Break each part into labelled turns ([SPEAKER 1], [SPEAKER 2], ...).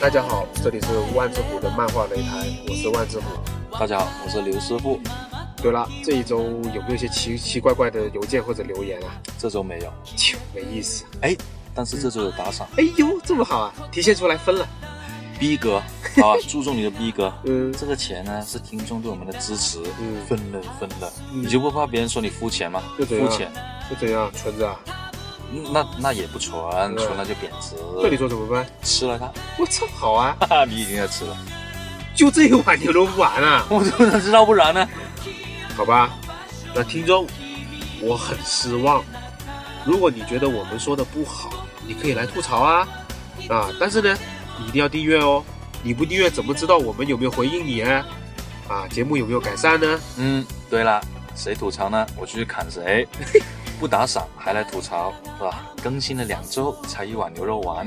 [SPEAKER 1] 大家好，这里是万智虎的漫画擂台，我是万智虎。
[SPEAKER 2] 大家好，我是刘师傅。
[SPEAKER 1] 对了，这一周有没有一些奇奇怪怪的邮件或者留言啊？
[SPEAKER 2] 这周没有，
[SPEAKER 1] 切，没意思。
[SPEAKER 2] 哎，但是这周有打赏，
[SPEAKER 1] 哎呦，这么好啊，提现出来分了。
[SPEAKER 2] 逼格 啊，注重你的逼格。
[SPEAKER 1] 嗯
[SPEAKER 2] 这个钱呢是听众对我们的支持，
[SPEAKER 1] 嗯
[SPEAKER 2] 分了分了，
[SPEAKER 1] 嗯
[SPEAKER 2] 你就不怕别人说你肤浅吗？
[SPEAKER 1] 又怎样
[SPEAKER 2] 肤浅，
[SPEAKER 1] 那怎样，存着啊？
[SPEAKER 2] 嗯那那也不纯，
[SPEAKER 1] 对
[SPEAKER 2] 纯了就贬值。
[SPEAKER 1] 那你说怎么办？
[SPEAKER 2] 吃了它，
[SPEAKER 1] 我操，好啊，
[SPEAKER 2] 哈哈，你已经在吃了，
[SPEAKER 1] 就这一碗牛肉不完啊？
[SPEAKER 2] 我怎么能知道不然呢？
[SPEAKER 1] 好吧，那听众，我很失望。如果你觉得我们说的不好，你可以来吐槽啊啊！但是呢，你一定要订阅哦，你不订阅怎么知道我们有没有回应你啊？啊，节目有没有改善呢？
[SPEAKER 2] 嗯，对了，谁吐槽呢？我就去砍谁。 不打赏还来吐槽是吧？更新了两周才一碗牛肉丸，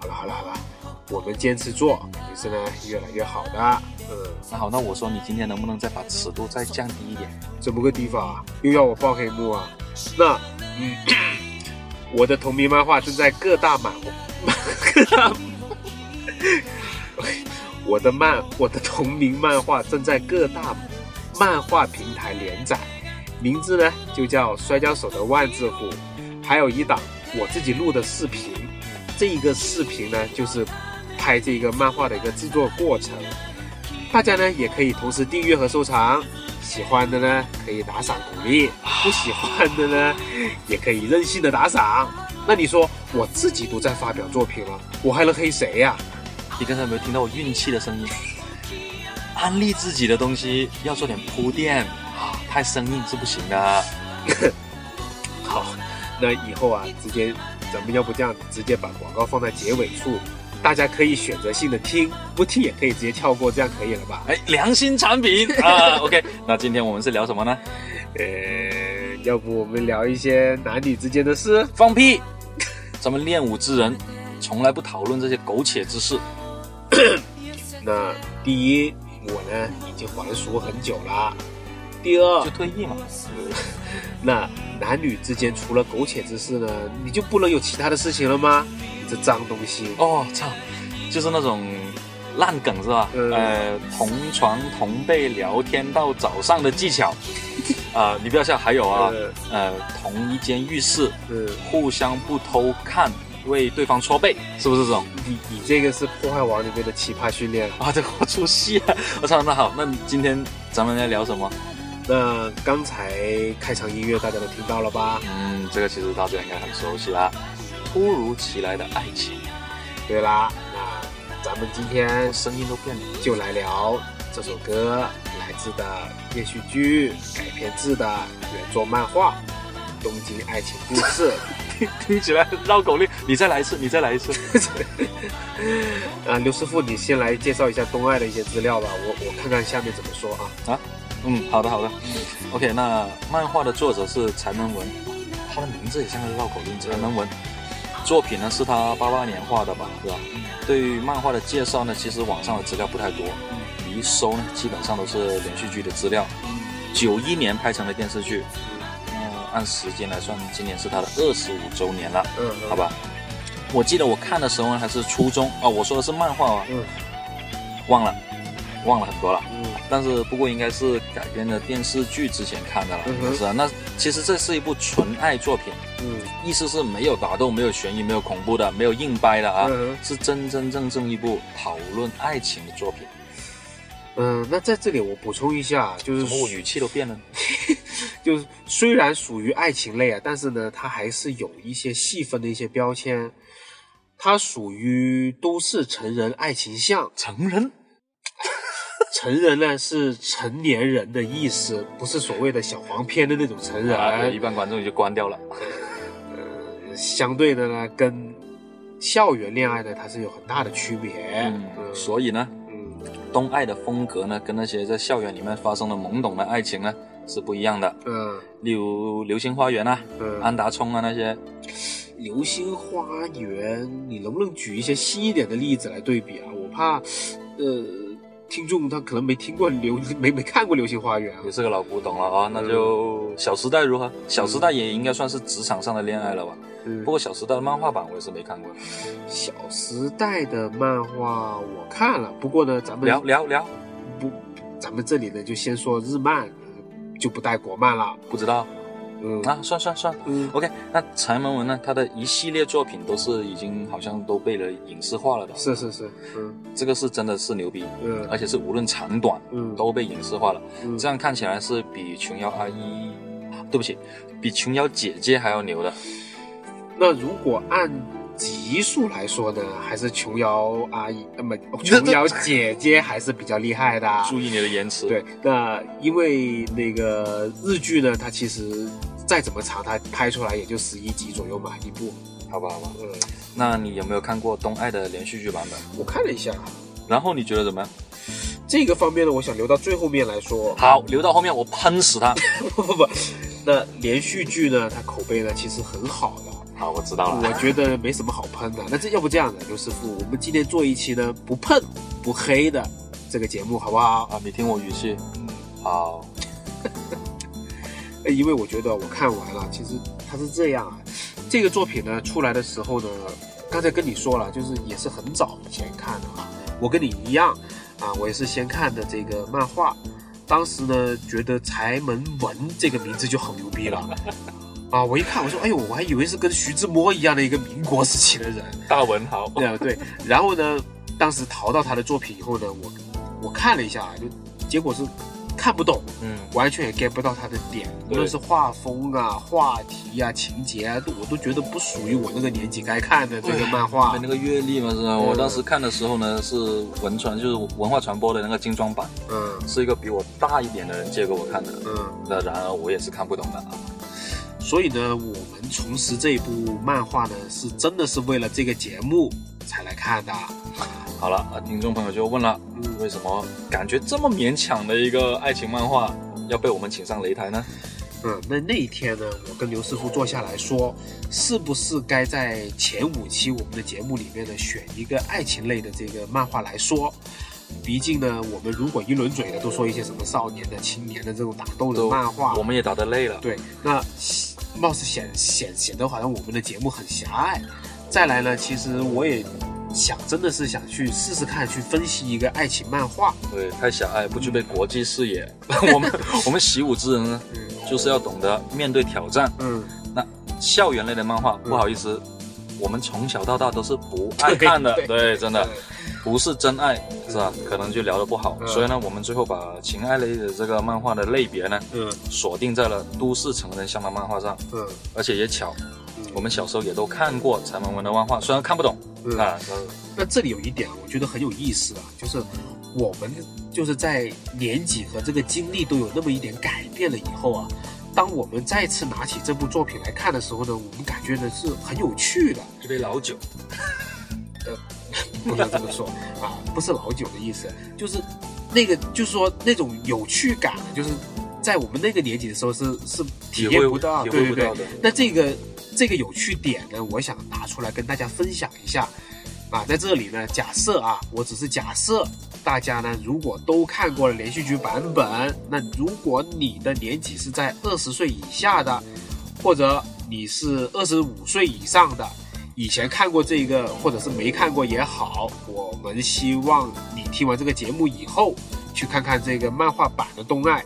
[SPEAKER 1] 好了好了好了，我们坚持做，也是呢越来越好的。嗯，
[SPEAKER 2] 那好，那我说你今天能不能再把尺度再降低一点？
[SPEAKER 1] 怎么个地方啊？又要我爆黑幕啊？那嗯， 我的同名漫画正在各大满 各大。我的漫，我的同名漫画正在各大漫画平台连载，名字呢就叫《摔跤手的万字虎》，还有一档我自己录的视频，这一个视频呢就是拍这个漫画的一个制作过程。大家呢也可以同时订阅和收藏，喜欢的呢可以打赏鼓励，不喜欢的呢也可以任性的打赏。那你说我自己都在发表作品了，我还能黑谁呀、
[SPEAKER 2] 你刚才有没有听到我运气的声音？安利自己的东西要做点铺垫啊，太生硬是不行的。
[SPEAKER 1] 好，那以后啊，直接咱们要不这样，直接把广告放在结尾处，大家可以选择性的听，不听也可以直接跳过，这样可以了吧？
[SPEAKER 2] 哎，良心产品啊，OK。那今天我们是聊什么呢？
[SPEAKER 1] 呃，要不我们聊一些男女之间的事？
[SPEAKER 2] 放屁！咱们练武之人从来不讨论这些苟且之事。
[SPEAKER 1] 那第一，我呢已经还俗很久了。第二
[SPEAKER 2] 就，退役嘛。
[SPEAKER 1] 那男女之间除了苟且之事呢，你就不能有其他的事情了吗？你这脏东西！
[SPEAKER 2] 哦，操，就是那种烂梗是吧？
[SPEAKER 1] 嗯
[SPEAKER 2] 呃，同床同被聊天到早上的技巧。啊、你不要笑，还有啊，
[SPEAKER 1] 呃
[SPEAKER 2] 呃，同一间浴室
[SPEAKER 1] 嗯，
[SPEAKER 2] 互相不偷看，为对方搓背，是不是这种？
[SPEAKER 1] 你你这个是破坏王里面的奇葩训练了。
[SPEAKER 2] 啊，这个我出戏了！我操，那好，那今天咱们来聊什么？
[SPEAKER 1] 那刚才开场音乐大家都听到了吧？
[SPEAKER 2] 嗯，这个其实大家应该很熟悉啦。突如其来的爱情，
[SPEAKER 1] 对啦，那咱们今天
[SPEAKER 2] 我声音都变了。
[SPEAKER 1] 就来聊这首歌来自的连续剧改编自的原作漫画《东京爱情故 事》。
[SPEAKER 2] 听起来绕口令，你再来一次，你再来一次。
[SPEAKER 1] 啊，刘师傅，你先来介绍一下东爱的一些资料吧，我我看看下面怎么说啊。
[SPEAKER 2] 嗯，好的好的。OK，那漫画的作者是柴门文，他的名字也像个绕口令，柴门文。作品呢是他八八年画的吧，对吧？对于漫画的介绍呢，其实网上的资料不太多，你一搜呢，基本上都是连续剧的资料。九一年拍成的电视剧，那按时间来算，今年是他的二十五周年了，
[SPEAKER 1] 嗯，
[SPEAKER 2] 好，吧？我记得我看的时候呢，还是初中哦，我说的是漫画啊，
[SPEAKER 1] 嗯
[SPEAKER 2] 忘了，忘了很多了。
[SPEAKER 1] 嗯
[SPEAKER 2] 但是不过应该是改编的电视剧之前看的了，
[SPEAKER 1] 嗯哼
[SPEAKER 2] 是啊。那其实这是一部纯爱作品，
[SPEAKER 1] 嗯
[SPEAKER 2] 意思是没有打斗、没有悬疑、没有恐怖的、没有硬掰的啊，
[SPEAKER 1] 嗯哼
[SPEAKER 2] 是真真正正一部讨论爱情的作品。
[SPEAKER 1] 嗯，那在这里我补充一下，就是
[SPEAKER 2] 怎么我语气都变了呢？
[SPEAKER 1] 就是虽然属于爱情类啊，但是呢，它还是有一些细分的一些标签，它属于都市成人爱情向，
[SPEAKER 2] 成人
[SPEAKER 1] 成人呢是成年人的意思，不是所谓的小黄片的那种成人。
[SPEAKER 2] 啊，一般观众也就关掉了。
[SPEAKER 1] 呃，相对的呢，跟校园恋爱呢，它是有很大的区别。
[SPEAKER 2] 嗯，所以呢，
[SPEAKER 1] 嗯
[SPEAKER 2] 东爱的风格呢，跟那些在校园里面发生的懵懂的爱情呢是不一样的。
[SPEAKER 1] 嗯
[SPEAKER 2] 例如《流星花园》啊，
[SPEAKER 1] 嗯，
[SPEAKER 2] 安达充啊那些，
[SPEAKER 1] 流星花园，你能不能举一些新一点的例子来对比啊？我怕，呃，听众他可能没听过流 没没看过《流星花园》啊
[SPEAKER 2] 也，是个老古董了啊。那就《
[SPEAKER 1] 嗯
[SPEAKER 2] 小时代》如何？《小时代》也应该算是职场上的恋爱了吧？
[SPEAKER 1] 嗯
[SPEAKER 2] 不过《小时代》的漫画版我也是没看过。
[SPEAKER 1] 《小时代》的漫画我看了，不过呢，咱们
[SPEAKER 2] 聊聊聊，
[SPEAKER 1] 不，咱们这里呢就先说日漫，就不带国漫了。
[SPEAKER 2] 不知道
[SPEAKER 1] 嗯
[SPEAKER 2] 啊，算算算。
[SPEAKER 1] 嗯
[SPEAKER 2] OK，那柴门文呢？他的一系列作品都是已经好像都被了影视化了的，
[SPEAKER 1] 是是是，嗯
[SPEAKER 2] 这个是真的是牛逼，
[SPEAKER 1] 嗯
[SPEAKER 2] 而且是无论长短
[SPEAKER 1] 嗯
[SPEAKER 2] 哎都被影视化了。
[SPEAKER 1] 嗯
[SPEAKER 2] 这样看起来是比琼瑶阿姨，对不起，比琼瑶姐姐还要牛的。
[SPEAKER 1] 那如果按集数来说呢，还是琼瑶阿姨，那么琼瑶姐姐还是比较厉害的。啊
[SPEAKER 2] 注意你的言辞。
[SPEAKER 1] 对，那因为那个日剧呢，它其实再怎么长，它拍出来也就十一集左右嘛，一部。
[SPEAKER 2] 好吧，好吧。
[SPEAKER 1] 嗯，
[SPEAKER 2] 那你有没有看过东爱的连续剧版本？
[SPEAKER 1] 我看了一下，啊
[SPEAKER 2] 然后你觉得怎么样？
[SPEAKER 1] 这个方面呢，我想留到最后面来说。
[SPEAKER 2] 好，留到后面我喷死他。
[SPEAKER 1] 不 不不，那连续剧呢，它口碑呢其实很好的，
[SPEAKER 2] 好，我知道了。
[SPEAKER 1] 我觉得没什么好喷的。那这要不这样的，刘师傅，我们今天做一期呢不喷不黑的这个节目，好不好？
[SPEAKER 2] 啊，你听我语气。好，
[SPEAKER 1] 呃因为我觉得我看完了，其实它是这样啊，这个作品呢出来的时候呢，刚才跟你说了，就是也是很早以前看的啊，我跟你一样啊，我也是先看的这个漫画，当时呢觉得柴门文这个名字就很牛逼了。啊！我一看，我说，哎呦，我还以为是跟徐志摩一样的一个民国时期的人，
[SPEAKER 2] 大文豪。
[SPEAKER 1] 对啊对。然后呢，当时淘到他的作品以后呢，我我看了一下，啊就结果是看不懂，
[SPEAKER 2] 嗯，
[SPEAKER 1] 完全也 get 不到他的点，无
[SPEAKER 2] 对
[SPEAKER 1] 论是画风啊、话题啊、情节啊，都我都觉得不属于我那个年纪该看的这个漫画
[SPEAKER 2] 没。那个阅历嘛，是吧？我当时看的时候呢，是文传，就是文化传播的那个精装版，
[SPEAKER 1] 嗯
[SPEAKER 2] 是一个比我大一点的人借给我看的。
[SPEAKER 1] 嗯，
[SPEAKER 2] 那然而我也是看不懂的啊。
[SPEAKER 1] 所以呢，我们重拾这一部漫画呢，是真的是为了这个节目才来看的。
[SPEAKER 2] 好了，啊，听众朋友就问了，
[SPEAKER 1] 嗯，
[SPEAKER 2] 为什么感觉这么勉强的一个爱情漫画要被我们请上擂台呢？
[SPEAKER 1] 嗯，那那一天呢，我跟刘师傅坐下来说，是不是该在前五期我们的节目里面呢，选一个爱情类的这个漫画来说？毕竟呢，我们如果一轮嘴的都说一些什么少年的、青年的这种打斗的
[SPEAKER 2] 都
[SPEAKER 1] 漫画，
[SPEAKER 2] 我们也打得累了。
[SPEAKER 1] 对，那貌似显显显得好像我们的节目很狭隘。再来呢，其实我也想，真的是想去试试看，去分析一个爱情漫画。
[SPEAKER 2] 对，太狭隘，不具备国际视 野。我们我们习武之人呢，
[SPEAKER 1] 嗯
[SPEAKER 2] 就是要懂得面对挑战。
[SPEAKER 1] 嗯，
[SPEAKER 2] 校园类的漫画，
[SPEAKER 1] 嗯
[SPEAKER 2] 不好意思，我们从小到大都是不爱看的。
[SPEAKER 1] 对对
[SPEAKER 2] 对，真的
[SPEAKER 1] 对
[SPEAKER 2] 不是真爱，是吧？可能就聊得不好。
[SPEAKER 1] 嗯
[SPEAKER 2] 所以呢，我们最后把情爱类的这个漫画的类别呢，
[SPEAKER 1] 嗯
[SPEAKER 2] 锁定在了都市成人向的漫画上。
[SPEAKER 1] 嗯，
[SPEAKER 2] 而且也巧，
[SPEAKER 1] 嗯
[SPEAKER 2] 我们小时候也都看过柴门文的漫画，虽然看不懂
[SPEAKER 1] 嗯
[SPEAKER 2] 啊，
[SPEAKER 1] 那这里有一点啊，我觉得很有意思啊，就是我们就是在年纪和这个经历都有那么一点改变了以后啊，当我们再次拿起这部作品来看的时候呢，我们感觉呢是很有趣的。
[SPEAKER 2] 一杯老酒，
[SPEAKER 1] 不能这么说啊，不是老酒的意思，就是那个，就是说那种有趣感，啊就是在我们那个年纪的时候是是体验不到，
[SPEAKER 2] 体
[SPEAKER 1] 对
[SPEAKER 2] 会
[SPEAKER 1] 对
[SPEAKER 2] 不
[SPEAKER 1] 对
[SPEAKER 2] 到。的。
[SPEAKER 1] 那这个这个有趣点呢，我想拿出来跟大家分享一下啊，在这里呢，假设啊，我只是假设。大家呢，如果都看过了连续剧版本，那如果你的年纪是在二十岁以下的，或者你是二十五岁以上的，以前看过这个，或者是没看过也好，我们希望你听完这个节目以后，去看看这个漫画版的动漫，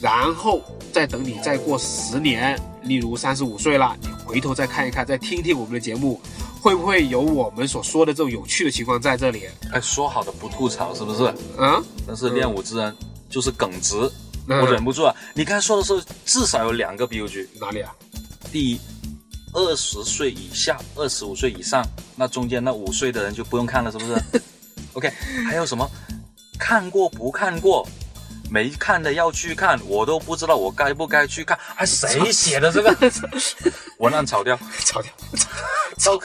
[SPEAKER 1] 然后再等你再过十年，例如三十五岁了，你回头再看一看，再听听我们的节目，会不会有我们所说的这种有趣的情况在这里？
[SPEAKER 2] 哎，说好的不吐槽是不是？
[SPEAKER 1] 啊，
[SPEAKER 2] 但是练武之人就是耿直，
[SPEAKER 1] 嗯
[SPEAKER 2] 我忍不住啊！你刚才说的时候，至少有两个 BUG，
[SPEAKER 1] 哪里啊？
[SPEAKER 2] 第一。二十岁以下，二十五岁以上，那中间那五岁的人就不用看了，是不是？OK，还有什么看过不看过，没看的要去看，我都不知道我该不该去看。哎，谁写的这个文案草掉？
[SPEAKER 1] 吵掉。
[SPEAKER 2] 绕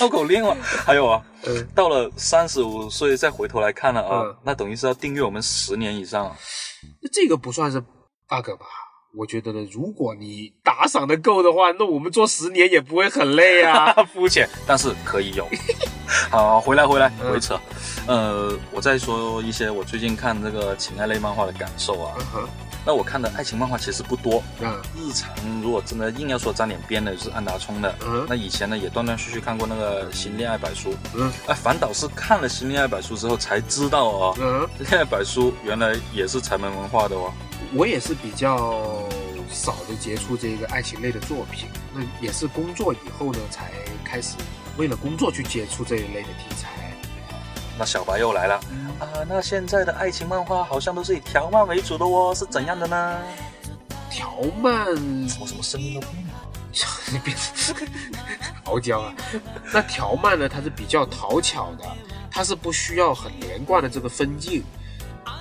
[SPEAKER 2] 绕口令了。还有啊，
[SPEAKER 1] 嗯
[SPEAKER 2] 到了三十五岁再回头来看了啊，
[SPEAKER 1] 嗯
[SPEAKER 2] 那等于是要订阅我们十年以上啊。
[SPEAKER 1] 那这个不算是 bug 吧？我觉得呢，如果你打赏的够的话，那我们做十年也不会很累啊。
[SPEAKER 2] 肤浅，但是可以有。好，回来回来
[SPEAKER 1] 嗯
[SPEAKER 2] 回扯，呃，我再说一些我最近看这个情爱类漫画的感受啊
[SPEAKER 1] 嗯。哼，
[SPEAKER 2] 那我看的爱情漫画其实不多，
[SPEAKER 1] 嗯
[SPEAKER 2] 日常如果真的硬要说沾点边的，就是安达充的。
[SPEAKER 1] 嗯
[SPEAKER 2] 那以前呢也断断续续看过那个《新恋爱百书》，
[SPEAKER 1] 嗯
[SPEAKER 2] 哎，反倒是看了《新恋爱百书》之后才知道哦，
[SPEAKER 1] 嗯，
[SPEAKER 2] 《恋爱百书》原来也是柴门文化的哦。
[SPEAKER 1] 我也是比较少的接触这个爱情类的作品，那也是工作以后呢才开始为了工作去接触这一类的题材。
[SPEAKER 2] 那小白又来了
[SPEAKER 1] 嗯
[SPEAKER 2] 啊！那现在的爱情漫画好像都是以条漫为主的哦，是怎样的呢？
[SPEAKER 1] 条漫，
[SPEAKER 2] 我怎么声音都变了？
[SPEAKER 1] 你别傲娇啊！那条漫呢，它是比较讨巧的，它是不需要很连贯的这个分镜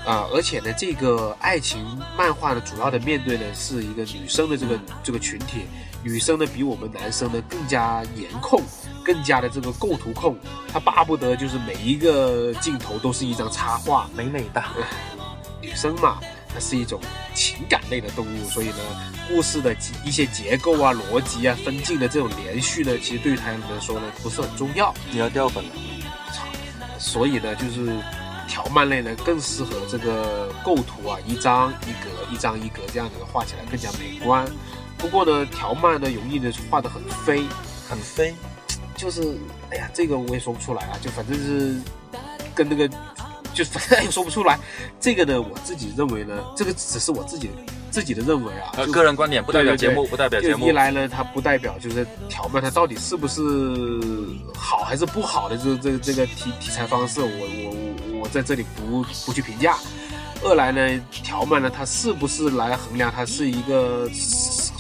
[SPEAKER 1] 啊、而且呢，这个爱情漫画呢，主要的面对呢是一个女生的这个这个群体，女生呢比我们男生呢更加颜控，更加的这个构图控，她巴不得就是每一个镜头都是一张插画，
[SPEAKER 2] 美美哒！
[SPEAKER 1] 女生嘛，它是一种情感类的动物，所以呢，故事的一些结构啊、逻辑啊、分镜的这种连续呢，其实对于他们来说呢不是很重要，
[SPEAKER 2] 你要掉粉了。
[SPEAKER 1] 所以呢，就是条漫类呢更适合这个构图啊，一张一格、一张一格这样子画起来更加美观。不过呢，条漫呢容易呢画得很飞，
[SPEAKER 2] 很飞，
[SPEAKER 1] 就是哎呀，这个我也说不出来啊，就反正是跟那个，就反正也说不出来。这个呢，我自己认为呢，这个只是我自己自己的认为啊，
[SPEAKER 2] 呃，
[SPEAKER 1] 就
[SPEAKER 2] 个人观点不代表
[SPEAKER 1] 对对
[SPEAKER 2] 节
[SPEAKER 1] 对
[SPEAKER 2] 目，不代表节
[SPEAKER 1] 就
[SPEAKER 2] 目
[SPEAKER 1] 一。来呢，它不代表就是条漫它到底是不是好还是不好的这这这个题题材方式，我我我我在这里不不去评价。二来呢，条漫呢，它是不是来衡量它是一个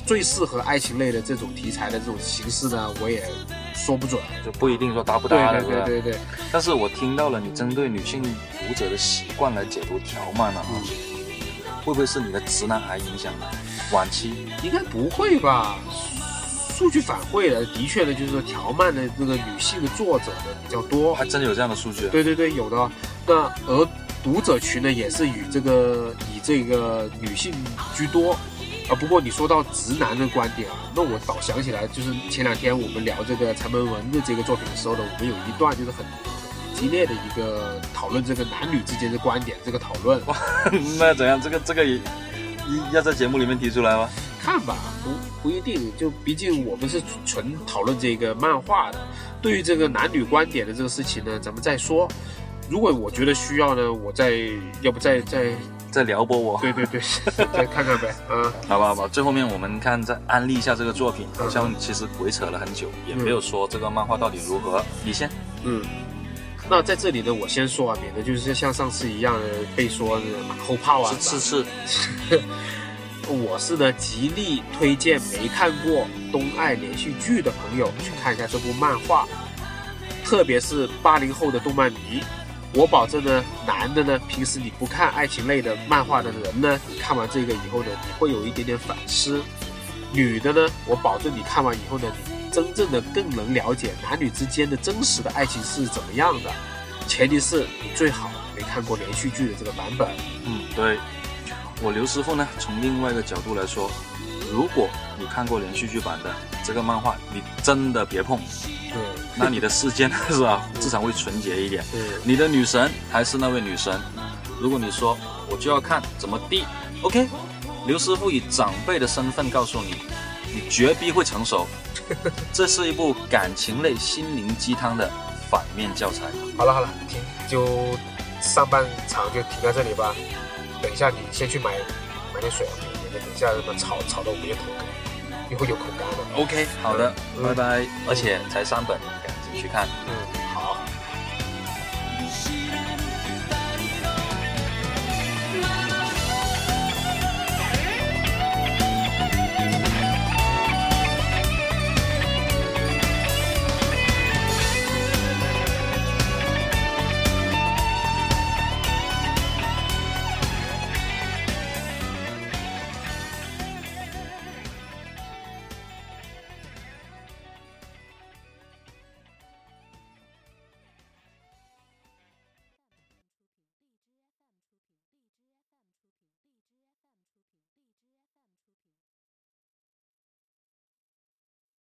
[SPEAKER 1] 最适合爱情类的这种题材的这种形式呢？我也说不准。啊
[SPEAKER 2] 就不一定说搭不搭
[SPEAKER 1] 对
[SPEAKER 2] 的，
[SPEAKER 1] 对
[SPEAKER 2] 是吧
[SPEAKER 1] 对对对，
[SPEAKER 2] 但是我听到了你针对女性读者的习惯来解读条漫了、啊，
[SPEAKER 1] 嗯
[SPEAKER 2] 会不会是你的直男癌影响的？晚期
[SPEAKER 1] 应该不会吧？数据反馈的，的确呢，就是说条漫的那个女性的作者呢比较多，
[SPEAKER 2] 还真有这样的数据啊，
[SPEAKER 1] 对对对，有的。那而读者群呢，也是与这个以这个女性居多。啊，不过你说到直男的观点啊，那我倒想起来，就是前两天我们聊这个柴门文的这个作品的时候呢，我们有一段就是很激烈的一个讨论这个男女之间的观点这个讨论。
[SPEAKER 2] 那怎样？这个这个也一要在节目里面提出来吗？
[SPEAKER 1] 看吧，不不一定，就毕竟我们是纯讨论这个漫画的，对于这个男女观点的这个事情呢，咱们再说。如果我觉得需要呢，我再要不再 再
[SPEAKER 2] 再撩拨我，
[SPEAKER 1] 对对对，再看看呗，啊，
[SPEAKER 2] 好吧好吧。最后面我们看再安利一下这个作品，好像其实鬼扯了很久，也没有说这个漫画到底如何。你先，
[SPEAKER 1] 嗯。那在这里呢，我先说啊，免得就是像上次一样的被说是马后炮啊。
[SPEAKER 2] 是是是，
[SPEAKER 1] 我是呢极力推荐没看过东爱连续剧的朋友去看一下这部漫画，特别是八零后的动漫迷。我保证呢，男的呢，平时你不看爱情类的漫画的人呢，你看完这个以后呢，你会有一点点反思；女的呢，我保证你看完以后呢，你真正的更能了解男女之间的真实的爱情是怎么样的。前提是你最好没看过连续剧的这个版本。
[SPEAKER 2] 嗯，对。我刘师傅呢，从另外一个角度来说，如果你看过连续剧版的这个漫画，你真的别碰，
[SPEAKER 1] 嗯
[SPEAKER 2] 那你的世界呢 是吧，至少会纯洁一点。
[SPEAKER 1] 嗯
[SPEAKER 2] 你的女神还是那位女神。如果你说我就要看怎么地，OK，刘师傅以长辈的身份告诉你，你绝逼会成熟。这是一部感情类心灵鸡汤的反面教材。
[SPEAKER 1] 好了好了，停，就上半场就停在这里吧。等一下你先去买买点水啊，免得等一下他妈吵吵到我们头干，一会儿有口干了。
[SPEAKER 2] OK，好的，
[SPEAKER 1] 嗯
[SPEAKER 2] 拜拜。而且才三本，赶紧去看。
[SPEAKER 1] 嗯，